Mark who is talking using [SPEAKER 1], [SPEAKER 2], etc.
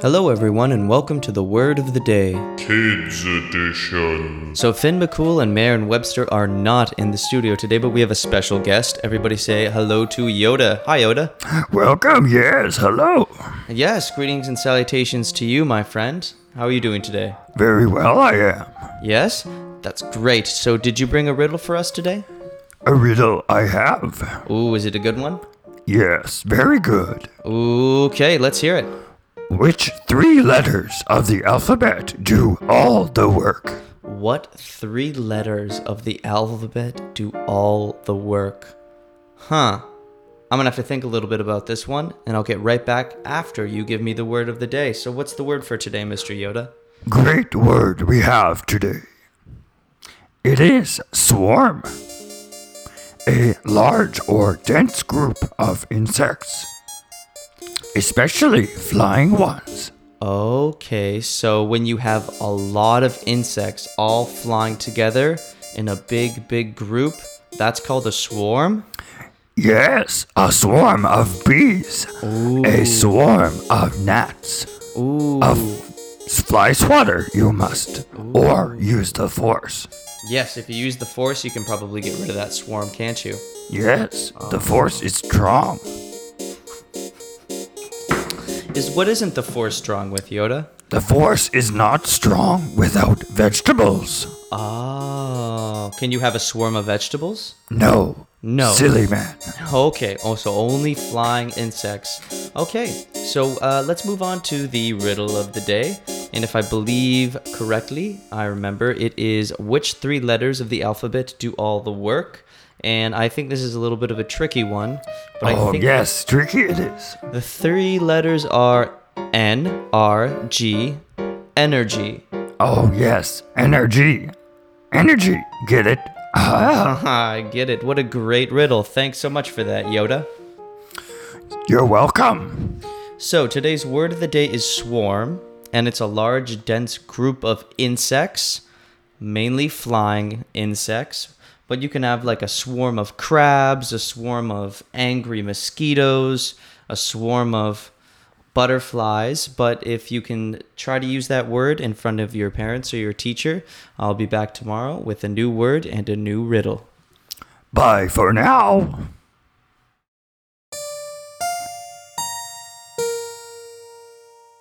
[SPEAKER 1] Hello, everyone, and welcome to the Word of the Day.
[SPEAKER 2] Kids Edition.
[SPEAKER 1] So, Finn McCool and Marin Webster are not in the studio today, but we have a special guest. Everybody say hello to Yoda. Hi, Yoda.
[SPEAKER 3] Welcome, yes, hello.
[SPEAKER 1] Yes, greetings and salutations to you, my friend. How are you doing today?
[SPEAKER 3] Very well, I am.
[SPEAKER 1] Yes? That's great. So, did you bring a riddle for us today?
[SPEAKER 3] A riddle I have.
[SPEAKER 1] Ooh, is it a good one?
[SPEAKER 3] Yes, very good.
[SPEAKER 1] Okay, let's hear it.
[SPEAKER 3] Which three letters of the alphabet do all the work?
[SPEAKER 1] What three letters of the alphabet do all the work? Huh. I'm gonna have to think a little bit about this one, and I'll get right back after you give me the word of the day. So, what's the word for today, Mr. Yoda?
[SPEAKER 3] Great word we have today. It is swarm, a large or dense group of insects, especially flying ones.
[SPEAKER 1] Okay, so when you have a lot of insects all flying together in a big, big group, that's called a swarm?
[SPEAKER 3] Yes, a swarm of bees, a swarm of gnats.
[SPEAKER 1] Ooh.
[SPEAKER 3] Fly swatter, you must, or use the force.
[SPEAKER 1] Yes, if you use the force, you can probably get rid of that swarm, can't you?
[SPEAKER 3] Yes,
[SPEAKER 1] Oh.
[SPEAKER 3] the force is strong.
[SPEAKER 1] Is what isn't the force strong with, Yoda?
[SPEAKER 3] The force is not strong without vegetables.
[SPEAKER 1] Oh, can you have a swarm of vegetables?
[SPEAKER 3] No.
[SPEAKER 1] No.
[SPEAKER 3] Silly man.
[SPEAKER 1] Okay, oh, so only flying insects. Okay, so uh, let's move on to the riddle of the day. And if I believe correctly, I remember it is which three letters of the alphabet do all the work? And I think this is a little bit of a tricky one, but I
[SPEAKER 3] Oh,
[SPEAKER 1] think
[SPEAKER 3] yes, tricky it is.
[SPEAKER 1] the three letters are N, R, G, energy.
[SPEAKER 3] Oh, yes, energy. Energy, get it? Ah,
[SPEAKER 1] I get it. What a great riddle. Thanks so much for that, Yoda.
[SPEAKER 3] you're welcome.
[SPEAKER 1] So today's word of the day is swarm, and it's a large, dense group of insects, mainly flying insects. But you can have like a swarm of crabs, a swarm of angry mosquitoes, a swarm of butterflies. But if you can try to use that word in front of your parents or your teacher, I'll be back tomorrow with a new word and a new riddle.
[SPEAKER 3] Bye for now.